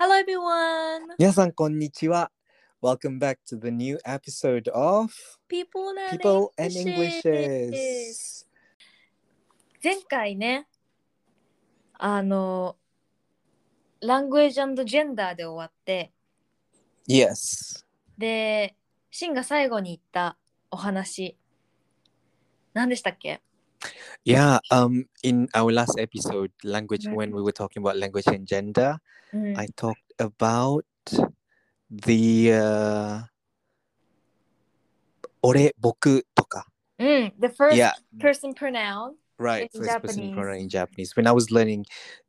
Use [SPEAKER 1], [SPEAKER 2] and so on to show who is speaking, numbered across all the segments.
[SPEAKER 1] Hello, everyone.
[SPEAKER 2] 皆さん、こんにちは。Welcome back to the new episode of
[SPEAKER 1] People and
[SPEAKER 2] People and
[SPEAKER 1] Englishes.
[SPEAKER 2] Englishes.
[SPEAKER 1] 前回ね、あの、Language and Gender で終わって、
[SPEAKER 2] Yes.
[SPEAKER 1] で、シンが最後に言ったお話、何でしたっけ
[SPEAKER 2] Yeah, um, in our last episode, language,
[SPEAKER 1] Mhm.
[SPEAKER 2] when we were talking about language and gender,
[SPEAKER 1] うん、
[SPEAKER 2] I talked about the uh, 俺、僕とか。
[SPEAKER 1] うん、The first
[SPEAKER 2] Yeah,
[SPEAKER 1] person pronoun.
[SPEAKER 2] right.
[SPEAKER 1] in
[SPEAKER 2] First person
[SPEAKER 1] Japanese.
[SPEAKER 2] pronoun in Japanese. When I was learning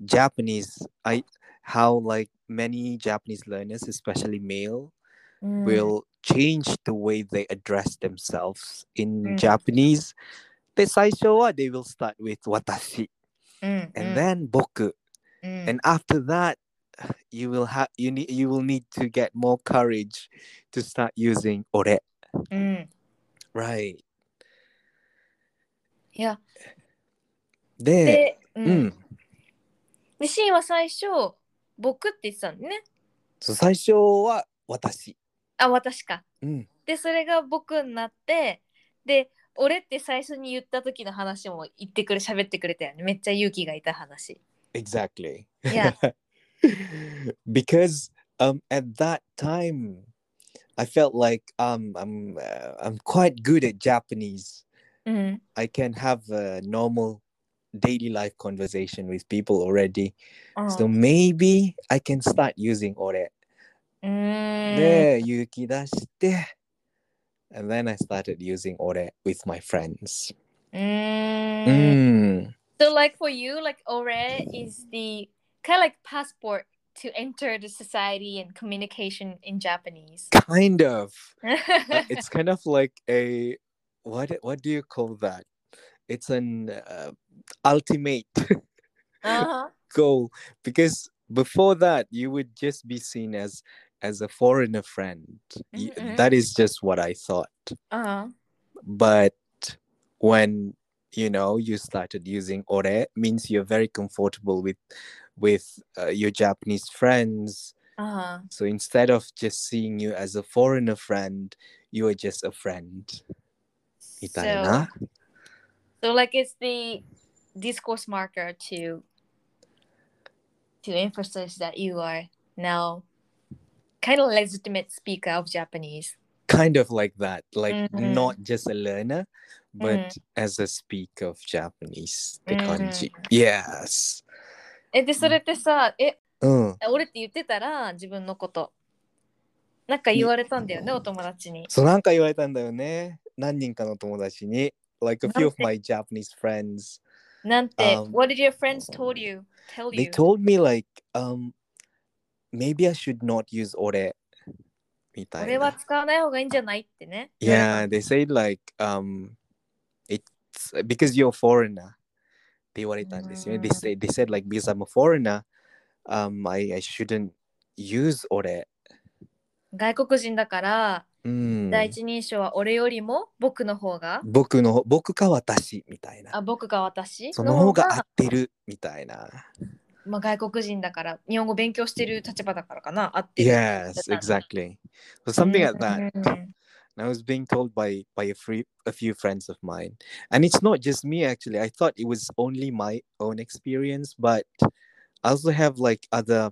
[SPEAKER 2] Japanese, I how like many Japanese learners, especially male,
[SPEAKER 1] うん、
[SPEAKER 2] will change the way they address themselves in
[SPEAKER 1] Mm.
[SPEAKER 2] Japanese. で、最初は they will start with 私
[SPEAKER 1] うん、
[SPEAKER 2] and then 僕、
[SPEAKER 1] うん、
[SPEAKER 2] and after that you will have you need you will need to get more courage to start using 俺
[SPEAKER 1] うん、
[SPEAKER 2] right
[SPEAKER 1] いや、
[SPEAKER 2] で、
[SPEAKER 1] で、う
[SPEAKER 2] うん、
[SPEAKER 1] で、シンは最初、僕って言ってたんだね。
[SPEAKER 2] そう最初は私
[SPEAKER 1] あ、私か。
[SPEAKER 2] うん
[SPEAKER 1] でそれが僕になってで俺って最初に言った時の話も言ってくれ喋ってくれたよねめっちゃ勇気がいた話
[SPEAKER 2] exactly
[SPEAKER 1] いや
[SPEAKER 2] because um at that time I felt like um I'm uh, I'm quite good at Japanese
[SPEAKER 1] うん、
[SPEAKER 2] I can have a normal daily life conversation with people already.
[SPEAKER 1] うん、
[SPEAKER 2] So maybe I can start using ore.
[SPEAKER 1] うーん
[SPEAKER 2] There, yuki dashite. And then I started using ore with my friends.
[SPEAKER 1] うーん
[SPEAKER 2] Mm.
[SPEAKER 1] So like for you like ore is the kind of like passport to enter the society and communication in Japanese
[SPEAKER 2] Kind of. Uh, it's kind of like a what what do you call that? It's an uh, ultimate
[SPEAKER 1] あは
[SPEAKER 2] goal because before that you would just be seen as as a foreigner friend. Y-
[SPEAKER 1] Mhm.
[SPEAKER 2] That is just what I thought.
[SPEAKER 1] あは
[SPEAKER 2] but when you know you started using ore means you're very comfortable with with uh, your japanese friends
[SPEAKER 1] あは
[SPEAKER 2] so instead of just seeing you as a foreigner friend you are just a friend みたいな。
[SPEAKER 1] So, so like it's the discourse marker to to emphasize that you are now kind of legitimate speaker of Japanese.
[SPEAKER 2] kind of like that like
[SPEAKER 1] Mhm.
[SPEAKER 2] not just a learner but
[SPEAKER 1] Mhm.
[SPEAKER 2] as a speaker of japanese the
[SPEAKER 1] Mhm.
[SPEAKER 2] kanji yes
[SPEAKER 1] えでそれってさ、え
[SPEAKER 2] うん。
[SPEAKER 1] 俺って言ってたら自分のことなんか言われたんだよねお友達に。
[SPEAKER 2] そうなんか言われたんだよね何人かの友達に like a few of my japanese friends
[SPEAKER 1] なんて、
[SPEAKER 2] Um,
[SPEAKER 1] What did your friends told you? Tell
[SPEAKER 2] they
[SPEAKER 1] you?
[SPEAKER 2] told me like um maybe I should not use ore みた
[SPEAKER 1] こ
[SPEAKER 2] い
[SPEAKER 1] れは
[SPEAKER 2] な。
[SPEAKER 1] 使わない方がいいんじゃないってね。
[SPEAKER 2] Yeah, they said like um it's because you're a foreigner. って言われたんですよね。They
[SPEAKER 1] うん
[SPEAKER 2] said they said like because I'm a foreigner, um I I shouldn't use ore.
[SPEAKER 1] 外国人だから、
[SPEAKER 2] うん。
[SPEAKER 1] 第一人称は俺よりも僕の方が、
[SPEAKER 2] 僕の僕か私みたいな
[SPEAKER 1] あ。僕が私
[SPEAKER 2] その方が合ってるみたいな。
[SPEAKER 1] まあ、外国人だから日本語勉強してる立場だからかなあってる
[SPEAKER 2] Yes, exactly. So something like that.
[SPEAKER 1] うん
[SPEAKER 2] and I was being told by by a free a few friends of mine, and it's not just me actually. I thought it was only my own experience, but I also have like other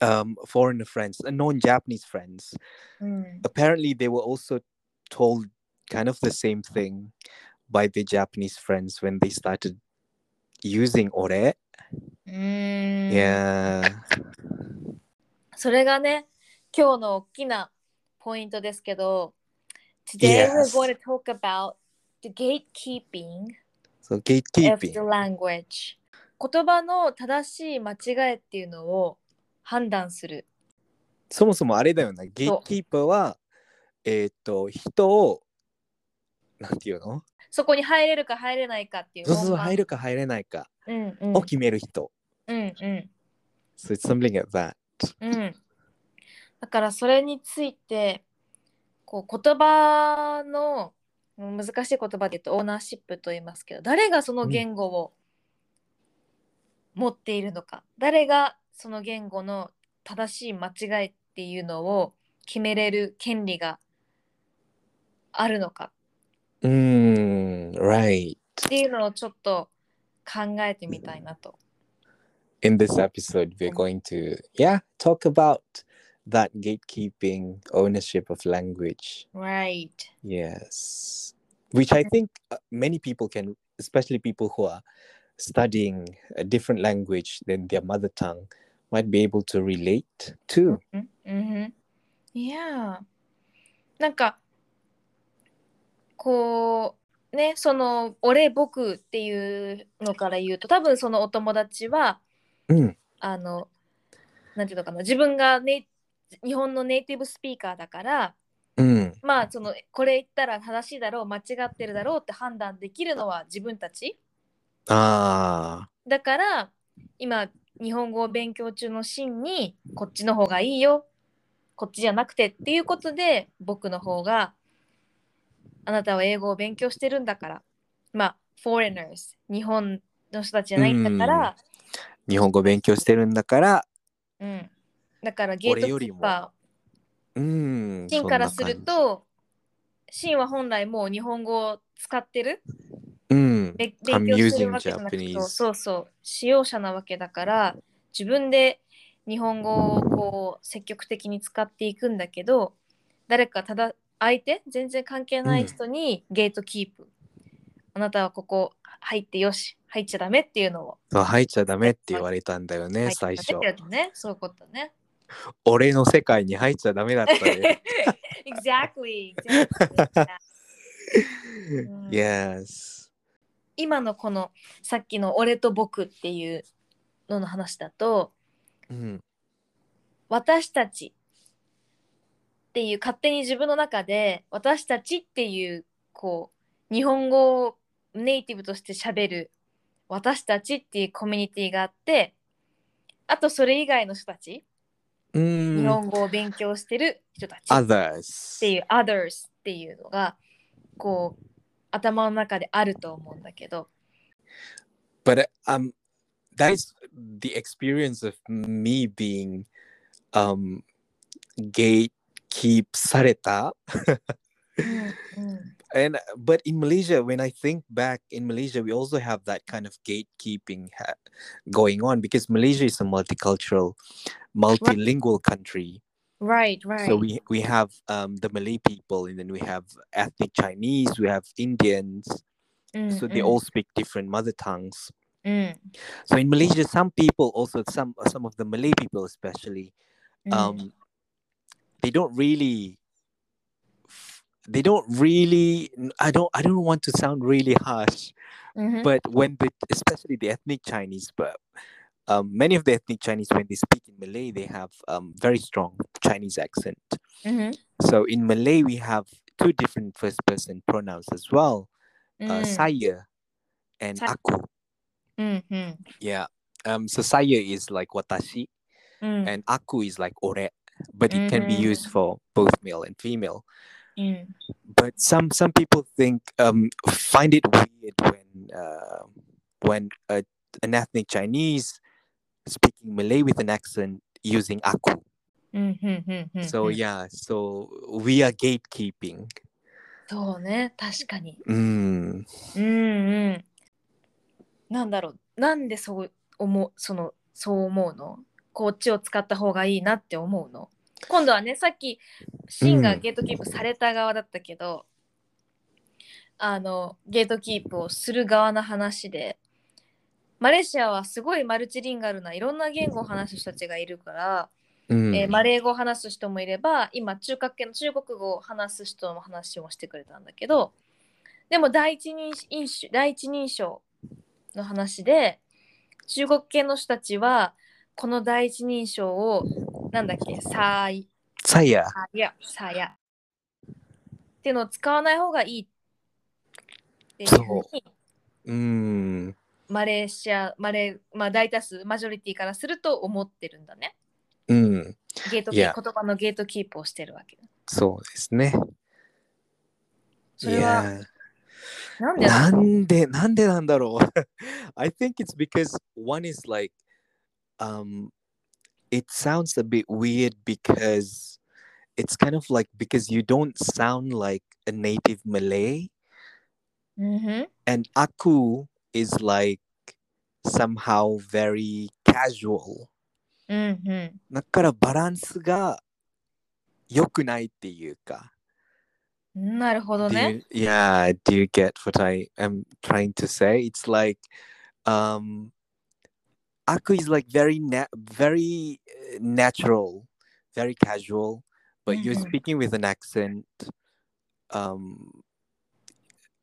[SPEAKER 2] um foreigner friends, uh, non-Japanese friends.
[SPEAKER 1] うん、
[SPEAKER 2] Apparently, they were also told kind of the same thing by their Japanese friends when they started using ore.
[SPEAKER 1] うーん
[SPEAKER 2] Yeah.
[SPEAKER 1] それがね今日の大きなポイントですけど Today
[SPEAKER 2] Yes.
[SPEAKER 1] we're going to talk about the gatekeeping
[SPEAKER 2] So
[SPEAKER 1] of the
[SPEAKER 2] gatekeeping.
[SPEAKER 1] language 言葉の正しい間違いっていうのを判断する
[SPEAKER 2] そもそもあれだよな、ゲートキーパーは、えーっと、人を、なんていうの
[SPEAKER 1] そこに入れるか入れないかっていう
[SPEAKER 2] そうそう、
[SPEAKER 1] 門番
[SPEAKER 2] 入るか入れないか
[SPEAKER 1] うんうん
[SPEAKER 2] を決める人。
[SPEAKER 1] うんうん
[SPEAKER 2] So it's something like that.
[SPEAKER 1] うん、だからそれについてこう言葉の難しい言葉で言うとオーナーシップと言いますけど誰がその言語を持っているのか、誰がその言語の正しい間違いっていうのを決めれる権利があるのか
[SPEAKER 2] Mm, right.
[SPEAKER 1] っていうのをちょっと考えてみたいなと。
[SPEAKER 2] In this episode, we're going to, yeah, talk about that gatekeeping ownership of language.
[SPEAKER 1] Right.
[SPEAKER 2] Yes. Which I think uh, many people can, especially people who are studying a different language than their mother tongue, might be able to relate to.
[SPEAKER 1] うん。いやーなんかこうねその「俺僕」っていうのから言うと多分そのお友達は
[SPEAKER 2] うん
[SPEAKER 1] あのなんていうのかな自分がね日本のネイティブスピーカーだから
[SPEAKER 2] Mm,
[SPEAKER 1] まあそのこれ言ったら正しいだろう間違ってるだろうって判断できるのは自分たち
[SPEAKER 2] Ah.
[SPEAKER 1] だから今日本語を勉強中のシーンにこっちの方がいいよこっちじゃなくてっていうことで僕の方があなたは英語を勉強してるんだからまあ foreigners 日本の人たちじゃないんだから、うんだからゲート
[SPEAKER 2] 俺よ
[SPEAKER 1] キ
[SPEAKER 2] り
[SPEAKER 1] ー
[SPEAKER 2] も
[SPEAKER 1] パーシンからするとシンは本来もう日本語を使ってる
[SPEAKER 2] 日本語勉強してるんだから、うん、
[SPEAKER 1] べ勉強するわけじゃ
[SPEAKER 2] そんな感じ。うん。I'm using
[SPEAKER 1] なくて
[SPEAKER 2] Japanese.
[SPEAKER 1] そうそうそう使用者なわけだから自分で日本語をこう積極的に使っていくんだけど誰かただ相手全然関係ない人にゲートキープ、あなたはここ入ってよし入っちゃダメっていうのを
[SPEAKER 2] そう入っちゃダメって言われたんだよ
[SPEAKER 1] 入
[SPEAKER 2] ね、
[SPEAKER 1] っちゃダメっ
[SPEAKER 2] 最
[SPEAKER 1] て
[SPEAKER 2] 初
[SPEAKER 1] やつねそういうこと ね
[SPEAKER 2] 俺の世界に入っちゃダメだったね
[SPEAKER 1] exactly, exactly. ん
[SPEAKER 2] Yes
[SPEAKER 1] 今のこのさっきの「俺と僕」っていうのの話だと
[SPEAKER 2] うん
[SPEAKER 1] 私たちっていう勝手に自分の中で私たちっていうこう日本語をネイティブとして喋る私たちっていうコミュニティがあってあとそれ以外の人たち、
[SPEAKER 2] う
[SPEAKER 1] 日
[SPEAKER 2] ん
[SPEAKER 1] 本語を勉強してる人たちっ
[SPEAKER 2] Others
[SPEAKER 1] ていう others っていうのがこう頭の中であると思うんだけど
[SPEAKER 2] But um that is the experience of me being um gatekeep された
[SPEAKER 1] うんうん
[SPEAKER 2] and but in Malaysia when I think back in Malaysia we also have that kind of gatekeeping ha- going on because Malaysia is a multicultural multilingual country
[SPEAKER 1] right right
[SPEAKER 2] So we we have um, the Malay people, and then we have ethnic Chinese, we have Indians.
[SPEAKER 1] うん
[SPEAKER 2] So they
[SPEAKER 1] うん
[SPEAKER 2] all speak different mother tongues.
[SPEAKER 1] うん
[SPEAKER 2] So in Malaysia, some people also some some of the Malay people especially,
[SPEAKER 1] うん
[SPEAKER 2] um, they don't really. f- They don't really. I don't. I don't want to sound really harsh,
[SPEAKER 1] うん
[SPEAKER 2] but when the especially the ethnic Chinese, but um, many of the ethnic Chinese when they speak in Malay, they have um, very strong Chinese accent.
[SPEAKER 1] うん
[SPEAKER 2] So in Malay, we have two different first person pronouns as well,
[SPEAKER 1] う
[SPEAKER 2] uh,
[SPEAKER 1] ん
[SPEAKER 2] saya and
[SPEAKER 1] Mm. Sa-
[SPEAKER 2] aku.
[SPEAKER 1] うんうん
[SPEAKER 2] Yeah. Um, so saya is like watashi
[SPEAKER 1] うん
[SPEAKER 2] and aku is like ore, but it can be used for both male and female.
[SPEAKER 1] うん。
[SPEAKER 2] But some some people think um, find it weird when uh, when a, an ethnic Chinese speaking Malay with an accent using aku.
[SPEAKER 1] うんうんうんうん
[SPEAKER 2] So
[SPEAKER 1] うん
[SPEAKER 2] yeah, so we are gatekeeping.
[SPEAKER 1] そうね確かにう
[SPEAKER 2] Mm.
[SPEAKER 1] んうんなんだろうなんでそう思うそのそう思うのこっちを使った方がいいなって思うの今度はねさっきシンが
[SPEAKER 2] うん
[SPEAKER 1] ゲートキープされた側だったけど、あのゲートキープをする側の話でマレーシアはすごいマルチリンガルないろんな言語を話す人たちがいるから、
[SPEAKER 2] Mm.
[SPEAKER 1] えーマレー語を話す人もいれば今中華系の中国語を話す人の話もしてくれたんだけどでも第一人印象第一人称の話で中国系の人たちはこの第一人称をなんだっけさい
[SPEAKER 2] saya.
[SPEAKER 1] さやさやっていうのを使わない方がいいっていうふうに
[SPEAKER 2] Mm.
[SPEAKER 1] マレーシアマレー、まあ、大多数マジョリティからすると思ってるんだね
[SPEAKER 2] Mm.
[SPEAKER 1] ゲートキ
[SPEAKER 2] い
[SPEAKER 1] ー
[SPEAKER 2] や
[SPEAKER 1] 言葉のゲートキープをしてるわけ
[SPEAKER 2] そうですね。
[SPEAKER 1] それは
[SPEAKER 2] Yeah.
[SPEAKER 1] なんでな
[SPEAKER 2] な
[SPEAKER 1] の
[SPEAKER 2] んでなんでなんだ ろう I think it's because one is like um it sounds a bit weird because it's kind of like because you don't sound like a native Malay
[SPEAKER 1] Mm-hmm.
[SPEAKER 2] and aku is like somehow very casual.
[SPEAKER 1] Mm-hmm.
[SPEAKER 2] だからバランスが良くないっていうか。
[SPEAKER 1] なるほど
[SPEAKER 2] Do
[SPEAKER 1] ね。
[SPEAKER 2] you, yeah, do you get what I am trying to say? It's like, um, Aku is like very na- very uh, natural, very casual, but you're
[SPEAKER 1] Mhm.
[SPEAKER 2] speaking with an accent, um,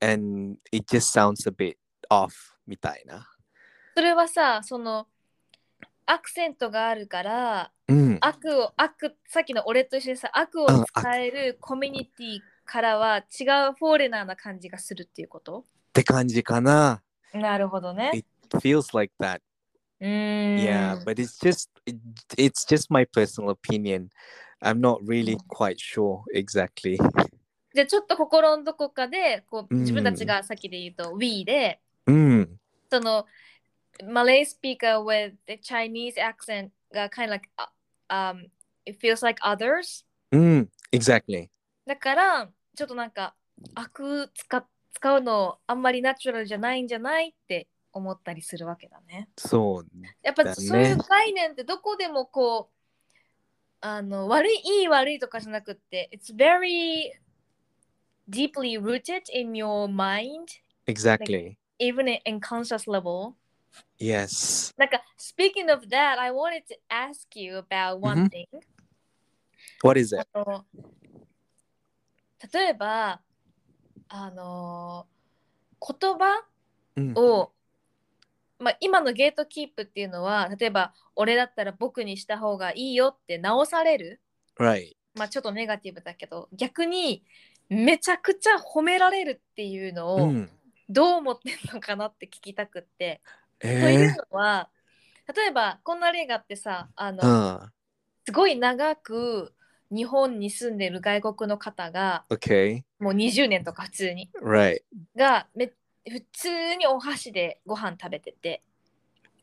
[SPEAKER 2] and it just sounds a bit off, みたいな。
[SPEAKER 1] それはさ、そのアクセントがあるから、
[SPEAKER 2] うん、
[SPEAKER 1] 悪を悪さっきの俺と一緒でさ、悪を
[SPEAKER 2] うん
[SPEAKER 1] 伝えるコミュニティからは違うフォーレナーな感じがするっていうこと。
[SPEAKER 2] って感じかな。
[SPEAKER 1] なるほどね。
[SPEAKER 2] Feels like that.
[SPEAKER 1] うーん。
[SPEAKER 2] Yeah, but it's just it, it's just my personal opinion. I'm not really quite sure exactly.
[SPEAKER 1] じゃあちょっと心のどこかでこう
[SPEAKER 2] うん
[SPEAKER 1] 自分たちがさっきで言うと We で
[SPEAKER 2] Mm.
[SPEAKER 1] その Malay speaker with the Chinese accent が kind of like、uh, um, it feels like others
[SPEAKER 2] Mm, exactly.
[SPEAKER 1] だからちょっとなんか悪使使うのあんまりナチュラルじゃないんじゃないって思ったりするわけだね。
[SPEAKER 2] So
[SPEAKER 1] やっぱ
[SPEAKER 2] だね
[SPEAKER 1] そういう概念ってどこでもこうあの悪いいい悪いとかじゃなくって It's very deeply rooted in your mind
[SPEAKER 2] exactly.
[SPEAKER 1] even in, in conscious level.
[SPEAKER 2] Yes.
[SPEAKER 1] なんか speaking of that, I wanted to ask you about one thing.
[SPEAKER 2] What is it?
[SPEAKER 1] あの例えばあの言葉
[SPEAKER 2] Mm.
[SPEAKER 1] を、まあ、今のゲートキープっていうのは例えば俺だったら僕にした方がいいよって直される、
[SPEAKER 2] Right.
[SPEAKER 1] まあ、ちょっとネガティブだけど逆にめちゃくちゃ褒められるっていうのを
[SPEAKER 2] Mm.
[SPEAKER 1] どう思ってんのかなって聞きたくって。とい
[SPEAKER 2] Eh?
[SPEAKER 1] うのは例えばこんな例があってさあの、
[SPEAKER 2] Uh,
[SPEAKER 1] すごい長く日本に住んでる外国の方が
[SPEAKER 2] okay.
[SPEAKER 1] もう20年とか普通に
[SPEAKER 2] Right.
[SPEAKER 1] がめ普通にお箸でご飯食べてて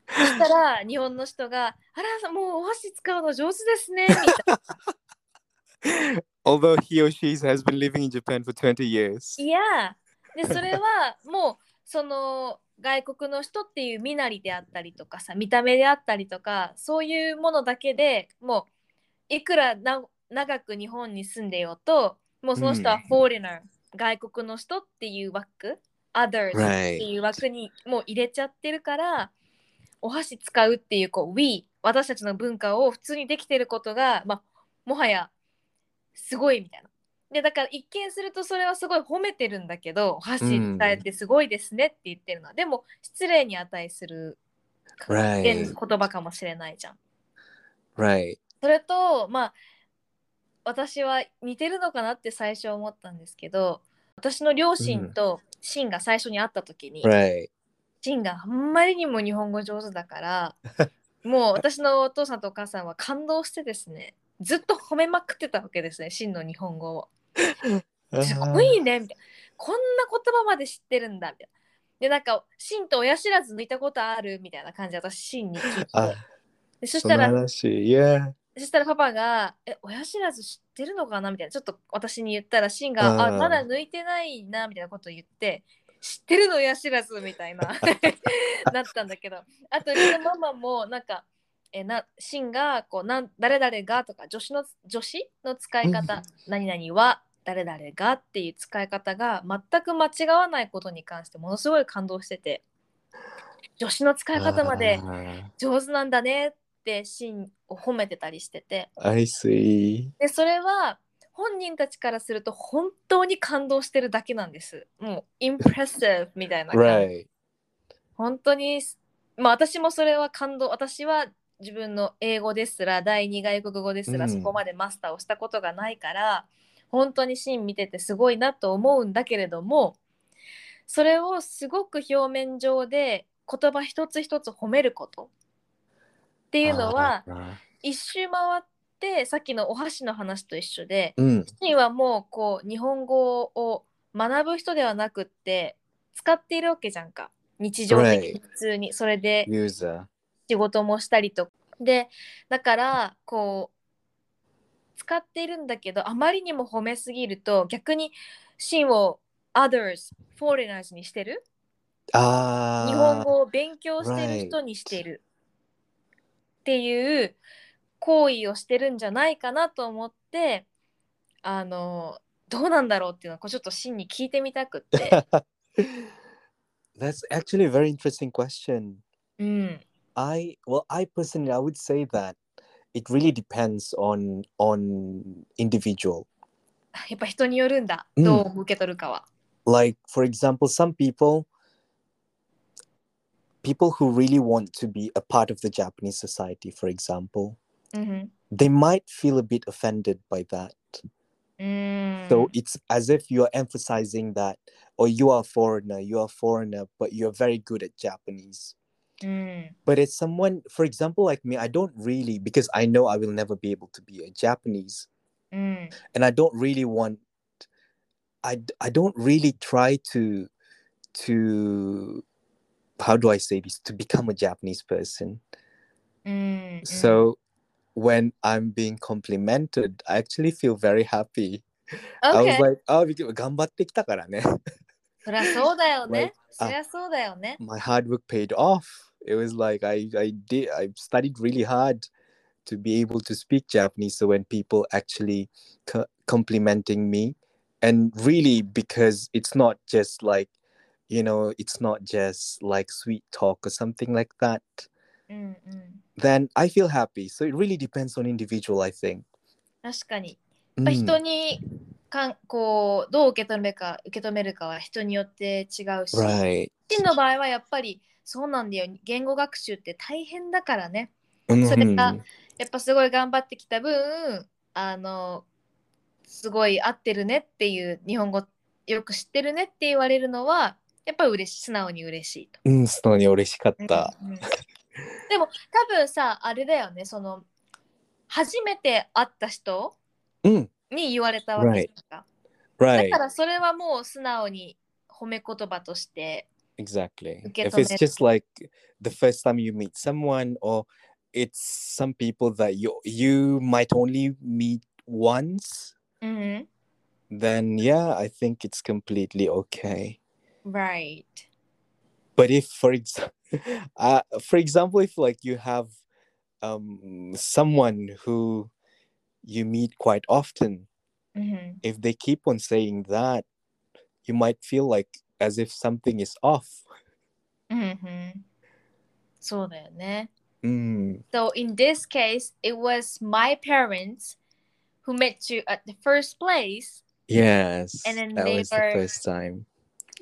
[SPEAKER 1] そしたら日本の人が「あらさんもうお箸使うの上手ですね」みたいな
[SPEAKER 2] Although he or she has been living in Japan for 20 years.
[SPEAKER 1] いやでそれはもうその外国の人っていう身なりであったりとかさ見た目であったりとかそういうものだけでもういくらな長く日本に住んでようともうその人は
[SPEAKER 2] うん
[SPEAKER 1] foreigner、外国の人っていう枠 others っていう枠にもう入れちゃってるからお箸使うっていうこう we 私たちの文化を普通にできてることが、まあ、もはやすごいみたいな。でだから一見するとそれはすごい褒めてるんだけど「お箸伝えてすごいですね」って言ってるのは、でも失礼に値するか
[SPEAKER 2] Right.
[SPEAKER 1] 言葉かもしれないじゃん。
[SPEAKER 2] Right.
[SPEAKER 1] それとまあ私は似てるのかなって最初思ったんですけど私の両親とシンが最初に会った時に、
[SPEAKER 2] Right.
[SPEAKER 1] シンがあんまりにも日本語上手だからもう私のお父さんとお母さんは感動してですねずっと褒めまくってたわけですねシンの日本語を。すご
[SPEAKER 2] Uh,
[SPEAKER 1] いねみたいなこんな言葉まで知ってるんだみたいな。でなんかシンと親知らず抜いたことあるみたいな感じで私シンに聞いて
[SPEAKER 2] あ
[SPEAKER 1] でそしたら
[SPEAKER 2] Yeah.
[SPEAKER 1] そしたらパパが「え親知らず知ってるのかな?」みたいなちょっと私に言ったらシンが「あ
[SPEAKER 2] うん
[SPEAKER 1] まだ抜いてないな」みたいなことを言って「知ってるの親知らず」みたいな なったんだけどあとうちのママもなんかえなシンがこうなん誰々がとか女子の女子の使い方何々は誰々がっていう使い方が全く間違わないことに関してものすごい感動してて女子の使い方まで
[SPEAKER 2] Ah,
[SPEAKER 1] 上手なんだねってシンを褒めてたりしてて。
[SPEAKER 2] I see.
[SPEAKER 1] でそれは本人たちからすると本当に感動してるだけなんです。もうインプレッシブみたいな感じ。
[SPEAKER 2] Right.
[SPEAKER 1] 本当にす、まあ、私もそれは感動私は自分の英語ですら第二外国語です
[SPEAKER 2] う
[SPEAKER 1] ら
[SPEAKER 2] ん
[SPEAKER 1] そこまでマスターをしたことがないから、本当にシーン見ててすごいなと思うんだけれどもそれをすごく表面上で言葉一つ一つ褒めることっていうのは
[SPEAKER 2] Ah,
[SPEAKER 1] 一周回ってさっきのお箸の話と一緒で
[SPEAKER 2] mm,
[SPEAKER 1] シンはもうこう日本語を学ぶ人ではなくって使っているわけじゃんか日常的に普通にそれで
[SPEAKER 2] user.
[SPEAKER 1] 仕事もしたりとでだからこう使っているんだけどあまりにも褒めすぎると逆に芯を others foreigners にしてる
[SPEAKER 2] あー
[SPEAKER 1] 日本語を勉強してる人にしてるっていう行為をしてるんじゃないかなと思ってあのどうなんだろうっていうのをこうちょっと真に聞いてみたく って、
[SPEAKER 2] Ah. That's actually a very interesting question.
[SPEAKER 1] うん、
[SPEAKER 2] I well, I personally, I would say that it really depends on on individual.
[SPEAKER 1] やっぱ人によるんだ
[SPEAKER 2] うん
[SPEAKER 1] どう受け取るかは。
[SPEAKER 2] Like for example, some people people who really want to be a part of the Japanese society, for example,
[SPEAKER 1] うん、
[SPEAKER 2] they might feel a bit offended by that.
[SPEAKER 1] うん、
[SPEAKER 2] So it's as if you are emphasizing that, or you are a foreigner, you are a foreigner, but you're very good at Japanese.
[SPEAKER 1] うん、
[SPEAKER 2] But as someone, for example, like me, I don't really, because I know I will never be able to be a Japanese,
[SPEAKER 1] うん、
[SPEAKER 2] and I don't really want, I, d- I don't really try to, to, how do I say this, to become a Japanese person.
[SPEAKER 1] うん、
[SPEAKER 2] So when I'm being complimented, I actually feel very happy. I was
[SPEAKER 1] Okay.
[SPEAKER 2] like, oh, because 頑張ってきたからね。
[SPEAKER 1] そりゃそうだよね
[SPEAKER 2] like,。
[SPEAKER 1] そりゃそうだよね。
[SPEAKER 2] my hard work paid off. It was like I, I did I studied really hard to be able to speak Japanese. So when people actually co- complimenting me, and really because it's not just like you know it's not just like sweet talk or something like that,
[SPEAKER 1] うんうん。
[SPEAKER 2] then I feel happy. So it really depends on individual, I think.
[SPEAKER 1] 確かに。
[SPEAKER 2] Mm.
[SPEAKER 1] やっぱ人にかんこうどう受け止めるか受け止めるかは人によって違うし、
[SPEAKER 2] Right.
[SPEAKER 1] 真の場合はやっぱりそうなんだよ。言語学習って大変だからね。
[SPEAKER 2] Mhm.
[SPEAKER 1] やっぱすごい頑張ってきた分、あのすごい合ってるねっていう日本語よく知ってるねって言われるのはやっぱり嬉しい素直に嬉しいと。
[SPEAKER 2] うん、素直に嬉しかっ
[SPEAKER 1] うん
[SPEAKER 2] た。
[SPEAKER 1] うんでも多分さあれだよねその初めて会った人
[SPEAKER 2] うん、
[SPEAKER 1] に言われたわけじゃないか、
[SPEAKER 2] right.
[SPEAKER 1] だからそれはもう素直に褒め言葉として、
[SPEAKER 2] Exactly. If it's
[SPEAKER 1] 受け止める。
[SPEAKER 2] just like the first time you meet someone, or it's some people that you you might only meet once,
[SPEAKER 1] うん、
[SPEAKER 2] then yeah, I think it's completely okay.
[SPEAKER 1] right
[SPEAKER 2] But if, for example, uh, for example, if like you have um someone who you meet quite often,
[SPEAKER 1] うん、
[SPEAKER 2] if they keep on saying that, you might feel like as if something is off.
[SPEAKER 1] うんうん、そうだよね
[SPEAKER 2] Mm.
[SPEAKER 1] So in this case it was my parents who met you at the first place
[SPEAKER 2] Yes.
[SPEAKER 1] And then
[SPEAKER 2] that
[SPEAKER 1] they
[SPEAKER 2] was the
[SPEAKER 1] were-
[SPEAKER 2] first time.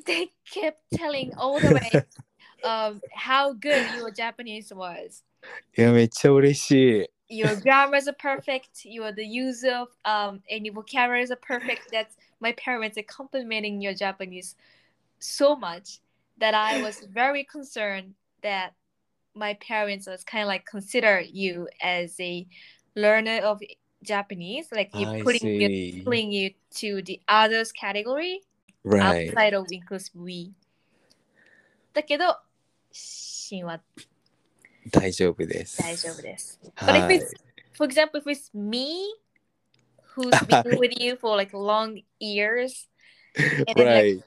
[SPEAKER 1] they kept telling all the way um, how good your Japanese was
[SPEAKER 2] いや、めっちゃ嬉しい。
[SPEAKER 1] your grammars are perfect your the use of um any vocabularies are perfect that's my parents are complimenting your japanese so much that i was very concerned that my parents was kind of like consider you as a learner of japanese like you're
[SPEAKER 2] I
[SPEAKER 1] putting you
[SPEAKER 2] see.
[SPEAKER 1] putting you to the others category
[SPEAKER 2] Right.
[SPEAKER 1] outside of inclusive we だけど真は
[SPEAKER 2] 大丈夫です。
[SPEAKER 1] 大丈夫です
[SPEAKER 2] は
[SPEAKER 1] But
[SPEAKER 2] い
[SPEAKER 1] if。it's, for example, if it's me who's been with you for like long years and then like
[SPEAKER 2] Right.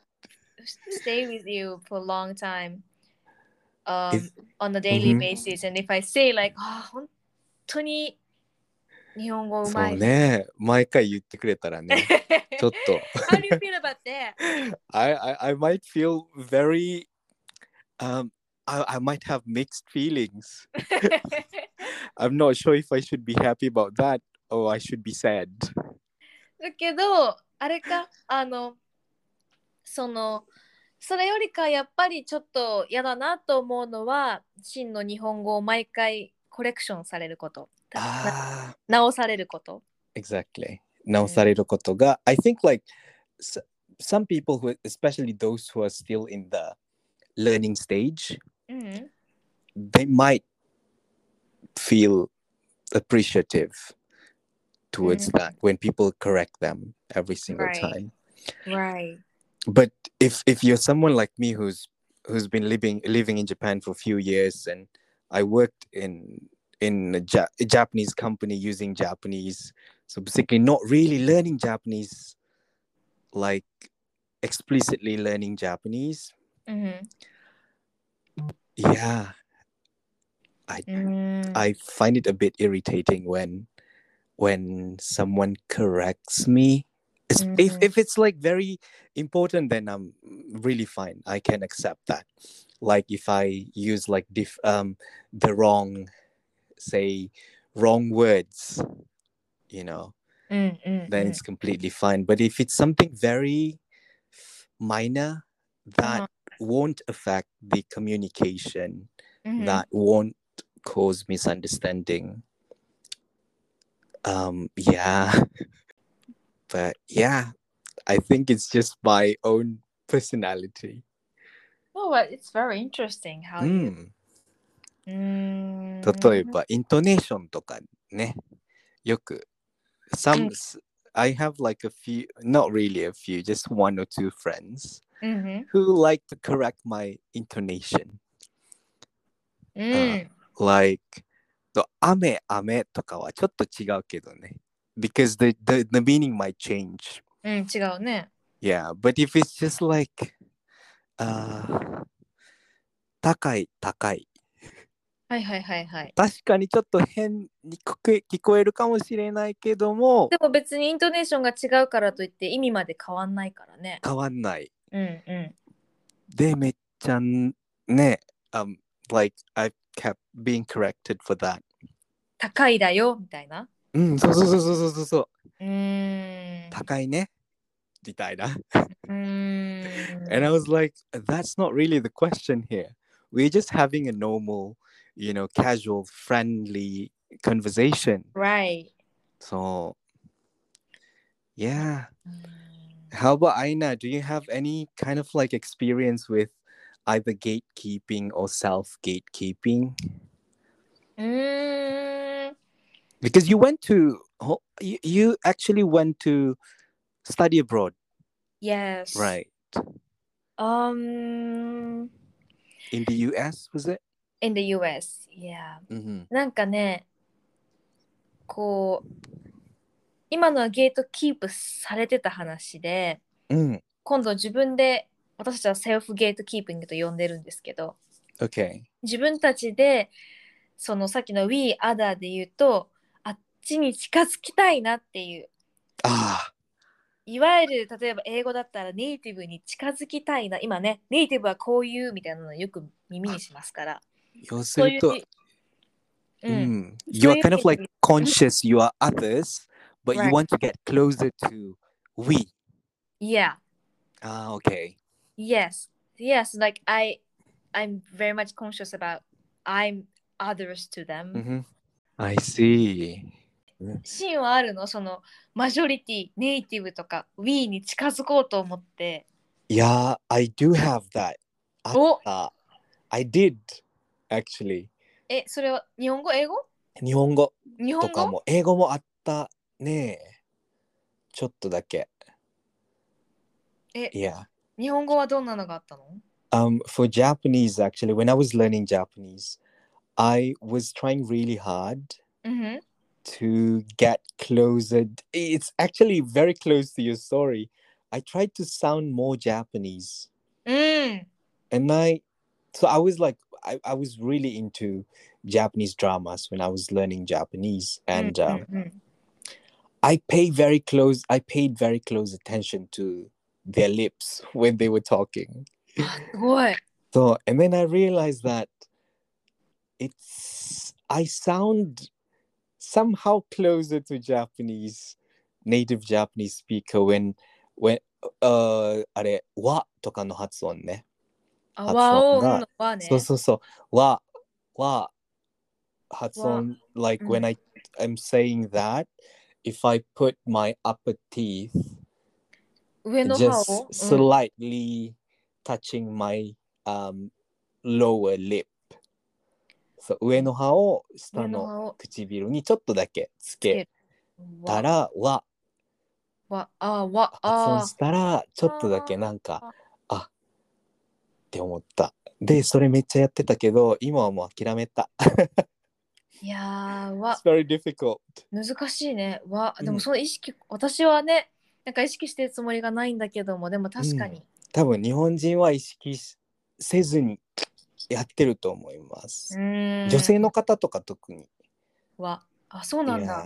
[SPEAKER 1] stay with you for a long time um,
[SPEAKER 2] If-
[SPEAKER 1] on a daily
[SPEAKER 2] Mhm.
[SPEAKER 1] basis, and if I say like, oh, 本当に日本語うま
[SPEAKER 2] そう
[SPEAKER 1] い。
[SPEAKER 2] ね。毎回言ってくれた らね。ちょっと。
[SPEAKER 1] How do you feel about that?
[SPEAKER 2] I, I, I might feel very. Um, I, I might have mixed feelings. I'm not sure if I should be happy about that or I should be sad.
[SPEAKER 1] だけどあれかあのそのそれよりかやっぱりちょっと嫌だなと思うのは真の日本語を毎回コレクションされることな
[SPEAKER 2] ああ。
[SPEAKER 1] 直されること
[SPEAKER 2] Ah, Exactly. 直されること
[SPEAKER 1] Mm.
[SPEAKER 2] が、I think like s- some people who, especially those who are still in the learning stage,
[SPEAKER 1] うん
[SPEAKER 2] they might feel appreciative towards
[SPEAKER 1] Mm.
[SPEAKER 2] that when people correct them every single
[SPEAKER 1] Right.
[SPEAKER 2] time.
[SPEAKER 1] right
[SPEAKER 2] But if if you're someone like me who's who's been living living in Japan for a few years and I worked in in a, ja- a Japanese company using Japanese. So basically, not really learning Japanese, like explicitly learning Japanese.
[SPEAKER 1] Mm-hmm.
[SPEAKER 2] Yeah, I find it a bit irritating when when someone corrects me. It's- If
[SPEAKER 1] Mhm.
[SPEAKER 2] if it's like very important, then I'm really fine. I can accept that. Like if I use like diff um the wrong say wrong words, you know, then it's completely fine. But if it's something very minor
[SPEAKER 1] Mm-hmm.
[SPEAKER 2] that won't affect the communication
[SPEAKER 1] Mm-hmm.
[SPEAKER 2] that won't cause misunderstanding. Um, yeah, but yeah, I think it's just my own personality.
[SPEAKER 1] Oh, well, it's very interesting how
[SPEAKER 2] う
[SPEAKER 1] you.
[SPEAKER 2] ん、
[SPEAKER 1] Mm.
[SPEAKER 2] 例えば、イントネーションとかね、よく、
[SPEAKER 1] う
[SPEAKER 2] some,
[SPEAKER 1] ん
[SPEAKER 2] I have like a few, not really a few, just one or two friends
[SPEAKER 1] Mhm.
[SPEAKER 2] who like to correct my intonation.
[SPEAKER 1] Mm.
[SPEAKER 2] like と雨雨とかはちょっと違うけどね because the, the the meaning might change
[SPEAKER 1] うん、違うね。
[SPEAKER 2] yeah but if it's just like uh 高い高い
[SPEAKER 1] はいはいはいはい。
[SPEAKER 2] 確かにちょっと変に聞こえ聞こえるかもしれないけども
[SPEAKER 1] でも別にイントネーションが違うからといって意味まで変わんないからね。
[SPEAKER 2] 変わんない
[SPEAKER 1] うんう
[SPEAKER 2] でめっちゃね、um, like I kept being corrected for that
[SPEAKER 1] ん。高いだよみたいな。
[SPEAKER 2] うんそうそうそうそうそうそう
[SPEAKER 1] うーん。
[SPEAKER 2] 高いねみたいな
[SPEAKER 1] うー
[SPEAKER 2] And
[SPEAKER 1] ん。
[SPEAKER 2] I was like, that's not really the question here. We're just having a normal, you know, casual, friendly conversation.
[SPEAKER 1] Right.
[SPEAKER 2] So, yeah.
[SPEAKER 1] うーん
[SPEAKER 2] How about Aina? Do you have any kind of like experience with either gatekeeping or self gatekeeping?
[SPEAKER 1] うーん。
[SPEAKER 2] Because you went to, ho- you, you actually went to study abroad,
[SPEAKER 1] Yes.
[SPEAKER 2] right?
[SPEAKER 1] Um,
[SPEAKER 2] In the US, was it?
[SPEAKER 1] in the US. Yeah.
[SPEAKER 2] Mm-hmm.
[SPEAKER 1] なんかね、こう、今のはゲートキープされてた話で、
[SPEAKER 2] Mm,
[SPEAKER 1] 今度自分で、私たちはセルフゲートキーピングと呼んでるんですけど、
[SPEAKER 2] okay.
[SPEAKER 1] 自分たちでそのさっきの We Other で言うとあっちに近づきたいなっていう
[SPEAKER 2] Ah,
[SPEAKER 1] いわゆる例えば英語だったらネイティブに近づきたいな今ねネイティブはこういうみたいなのよく耳にしますからそういう
[SPEAKER 2] 要すると、
[SPEAKER 1] うん、So
[SPEAKER 2] Mm. You are
[SPEAKER 1] you
[SPEAKER 2] kind of
[SPEAKER 1] can-
[SPEAKER 2] like conscious, you are others, but you
[SPEAKER 1] Right.
[SPEAKER 2] want to get closer to we.
[SPEAKER 1] Yeah
[SPEAKER 2] Ah, okay.
[SPEAKER 1] yes yes like I I'm very much conscious about I'm others to them、
[SPEAKER 2] hmm I see.
[SPEAKER 1] シーンはあるのそのマジョリティネイティブとか We に近づこうと思って
[SPEAKER 2] Yeah, I do have that.
[SPEAKER 1] お
[SPEAKER 2] Uh, I did actually.
[SPEAKER 1] えそれは日本語英語日本語
[SPEAKER 2] 日本語とかも英語もあったね。ちょっとだけ。Yeah.
[SPEAKER 1] え日本語はどんなのがあったの
[SPEAKER 2] Um, for Japanese, actually, when I was learning Japanese, I was trying really hard
[SPEAKER 1] うんふん
[SPEAKER 2] to get closer. It's actually very close to your story. I tried to sound more Japanese.
[SPEAKER 1] うん。
[SPEAKER 2] And I, so I was like, I, I was really into Japanese dramas when I was learning Japanese. And um,
[SPEAKER 1] うんうん、
[SPEAKER 2] I pay very close, I paid very close attention to their lips when they were talking.
[SPEAKER 1] すごい。
[SPEAKER 2] So, and then I realized that it's, I sound somehow closer to Japanese, native Japanese speaker when, when, uh, あれ、わとかの発音ね。
[SPEAKER 1] あ
[SPEAKER 2] 発音
[SPEAKER 1] 和音
[SPEAKER 2] が
[SPEAKER 1] の和ね。
[SPEAKER 2] そうそうそう。わ、わ、発音、like
[SPEAKER 1] うん
[SPEAKER 2] when I am saying that, if I put my upper teeth
[SPEAKER 1] 上の歯
[SPEAKER 2] just
[SPEAKER 1] を。うん、
[SPEAKER 2] slightly touching my um, lower lip. そう上の歯を下
[SPEAKER 1] 上の
[SPEAKER 2] の
[SPEAKER 1] 歯を。
[SPEAKER 2] 唇にちょっとだけつけた
[SPEAKER 1] わ。
[SPEAKER 2] ら、わ、
[SPEAKER 1] わあ、わ、
[SPEAKER 2] 発音
[SPEAKER 1] あ
[SPEAKER 2] し。たら、ちょっとだけなんか、あって思った。で、それめっちゃやってたけど、今はもう諦めた。
[SPEAKER 1] いやーわ
[SPEAKER 2] very difficult
[SPEAKER 1] 難しいねわ
[SPEAKER 2] うん
[SPEAKER 1] でもその意識、私はねなんか意識してるつもりがないんだけどもでも確かに、
[SPEAKER 2] 多分日本人は意識しせずにやってると思います、
[SPEAKER 1] うん、
[SPEAKER 2] 女性の方とか特に
[SPEAKER 1] はあそうなんだ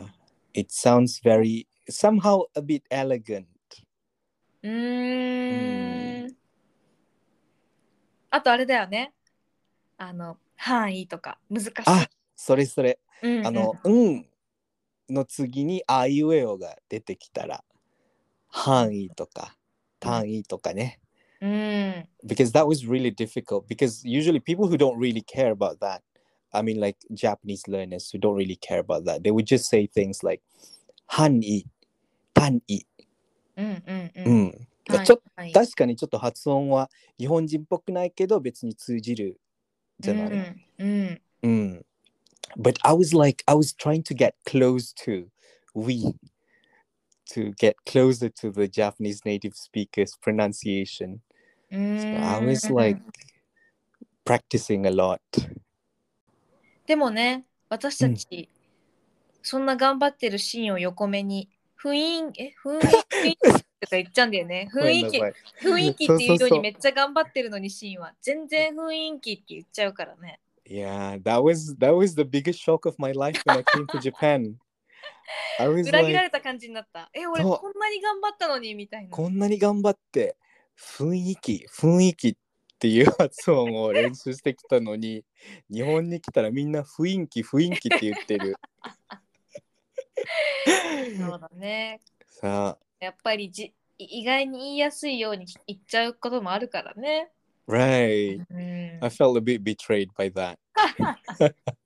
[SPEAKER 2] Yeah. It sounds very somehow a bit elegant
[SPEAKER 1] うー
[SPEAKER 2] うん
[SPEAKER 1] あとあれだよねあの範囲とか難しい
[SPEAKER 2] あそれそれ
[SPEAKER 1] うんうん
[SPEAKER 2] あの「うん」の次に「あいうえお」が出てきたら範囲とか単位とかね
[SPEAKER 1] うん
[SPEAKER 2] because that was really difficult because usually people who don't really care about that i mean like japanese learners who don't really care about that they would just say things like han'i tan'i
[SPEAKER 1] うんうんうん、
[SPEAKER 2] うん
[SPEAKER 1] はい
[SPEAKER 2] ちょっと
[SPEAKER 1] はい
[SPEAKER 2] 確かにちょっと発音は日本人っぽくないけど別に通じるじゃない、
[SPEAKER 1] うんうん、
[SPEAKER 2] Mm. But I was like, I was trying to get close to we, to get closer to the Japanese native speakers' pronunciation.
[SPEAKER 1] うー
[SPEAKER 2] So
[SPEAKER 1] ん
[SPEAKER 2] I was like practicing a lot.
[SPEAKER 1] でもね私たち、そんな頑張ってるシーンを横目に雰囲気え雰囲気とか言っちゃうんだよ ね雰囲気
[SPEAKER 2] Like,
[SPEAKER 1] 雰囲気っていう
[SPEAKER 2] そ
[SPEAKER 1] の
[SPEAKER 2] うそうそ
[SPEAKER 1] に
[SPEAKER 2] う
[SPEAKER 1] めっちゃ頑張ってるのにシーンは全然雰囲気って言っちゃうからね
[SPEAKER 2] yeah, that was that was the biggest shock of my life when I came to Japan. I was
[SPEAKER 1] 裏切ら
[SPEAKER 2] like,
[SPEAKER 1] れた感じになったえ俺
[SPEAKER 2] そう
[SPEAKER 1] こんなに頑張ったのにみたいな
[SPEAKER 2] こんなに頑張って雰囲気雰囲気っていう発音を練習してきたのに日本に来たらみんな雰囲気雰囲気って言ってる
[SPEAKER 1] そうだね
[SPEAKER 2] さあ
[SPEAKER 1] やっぱりじ意外に言いやすいように言っちゃうこともあるからね
[SPEAKER 2] Right
[SPEAKER 1] うん
[SPEAKER 2] I felt a bit betrayed by that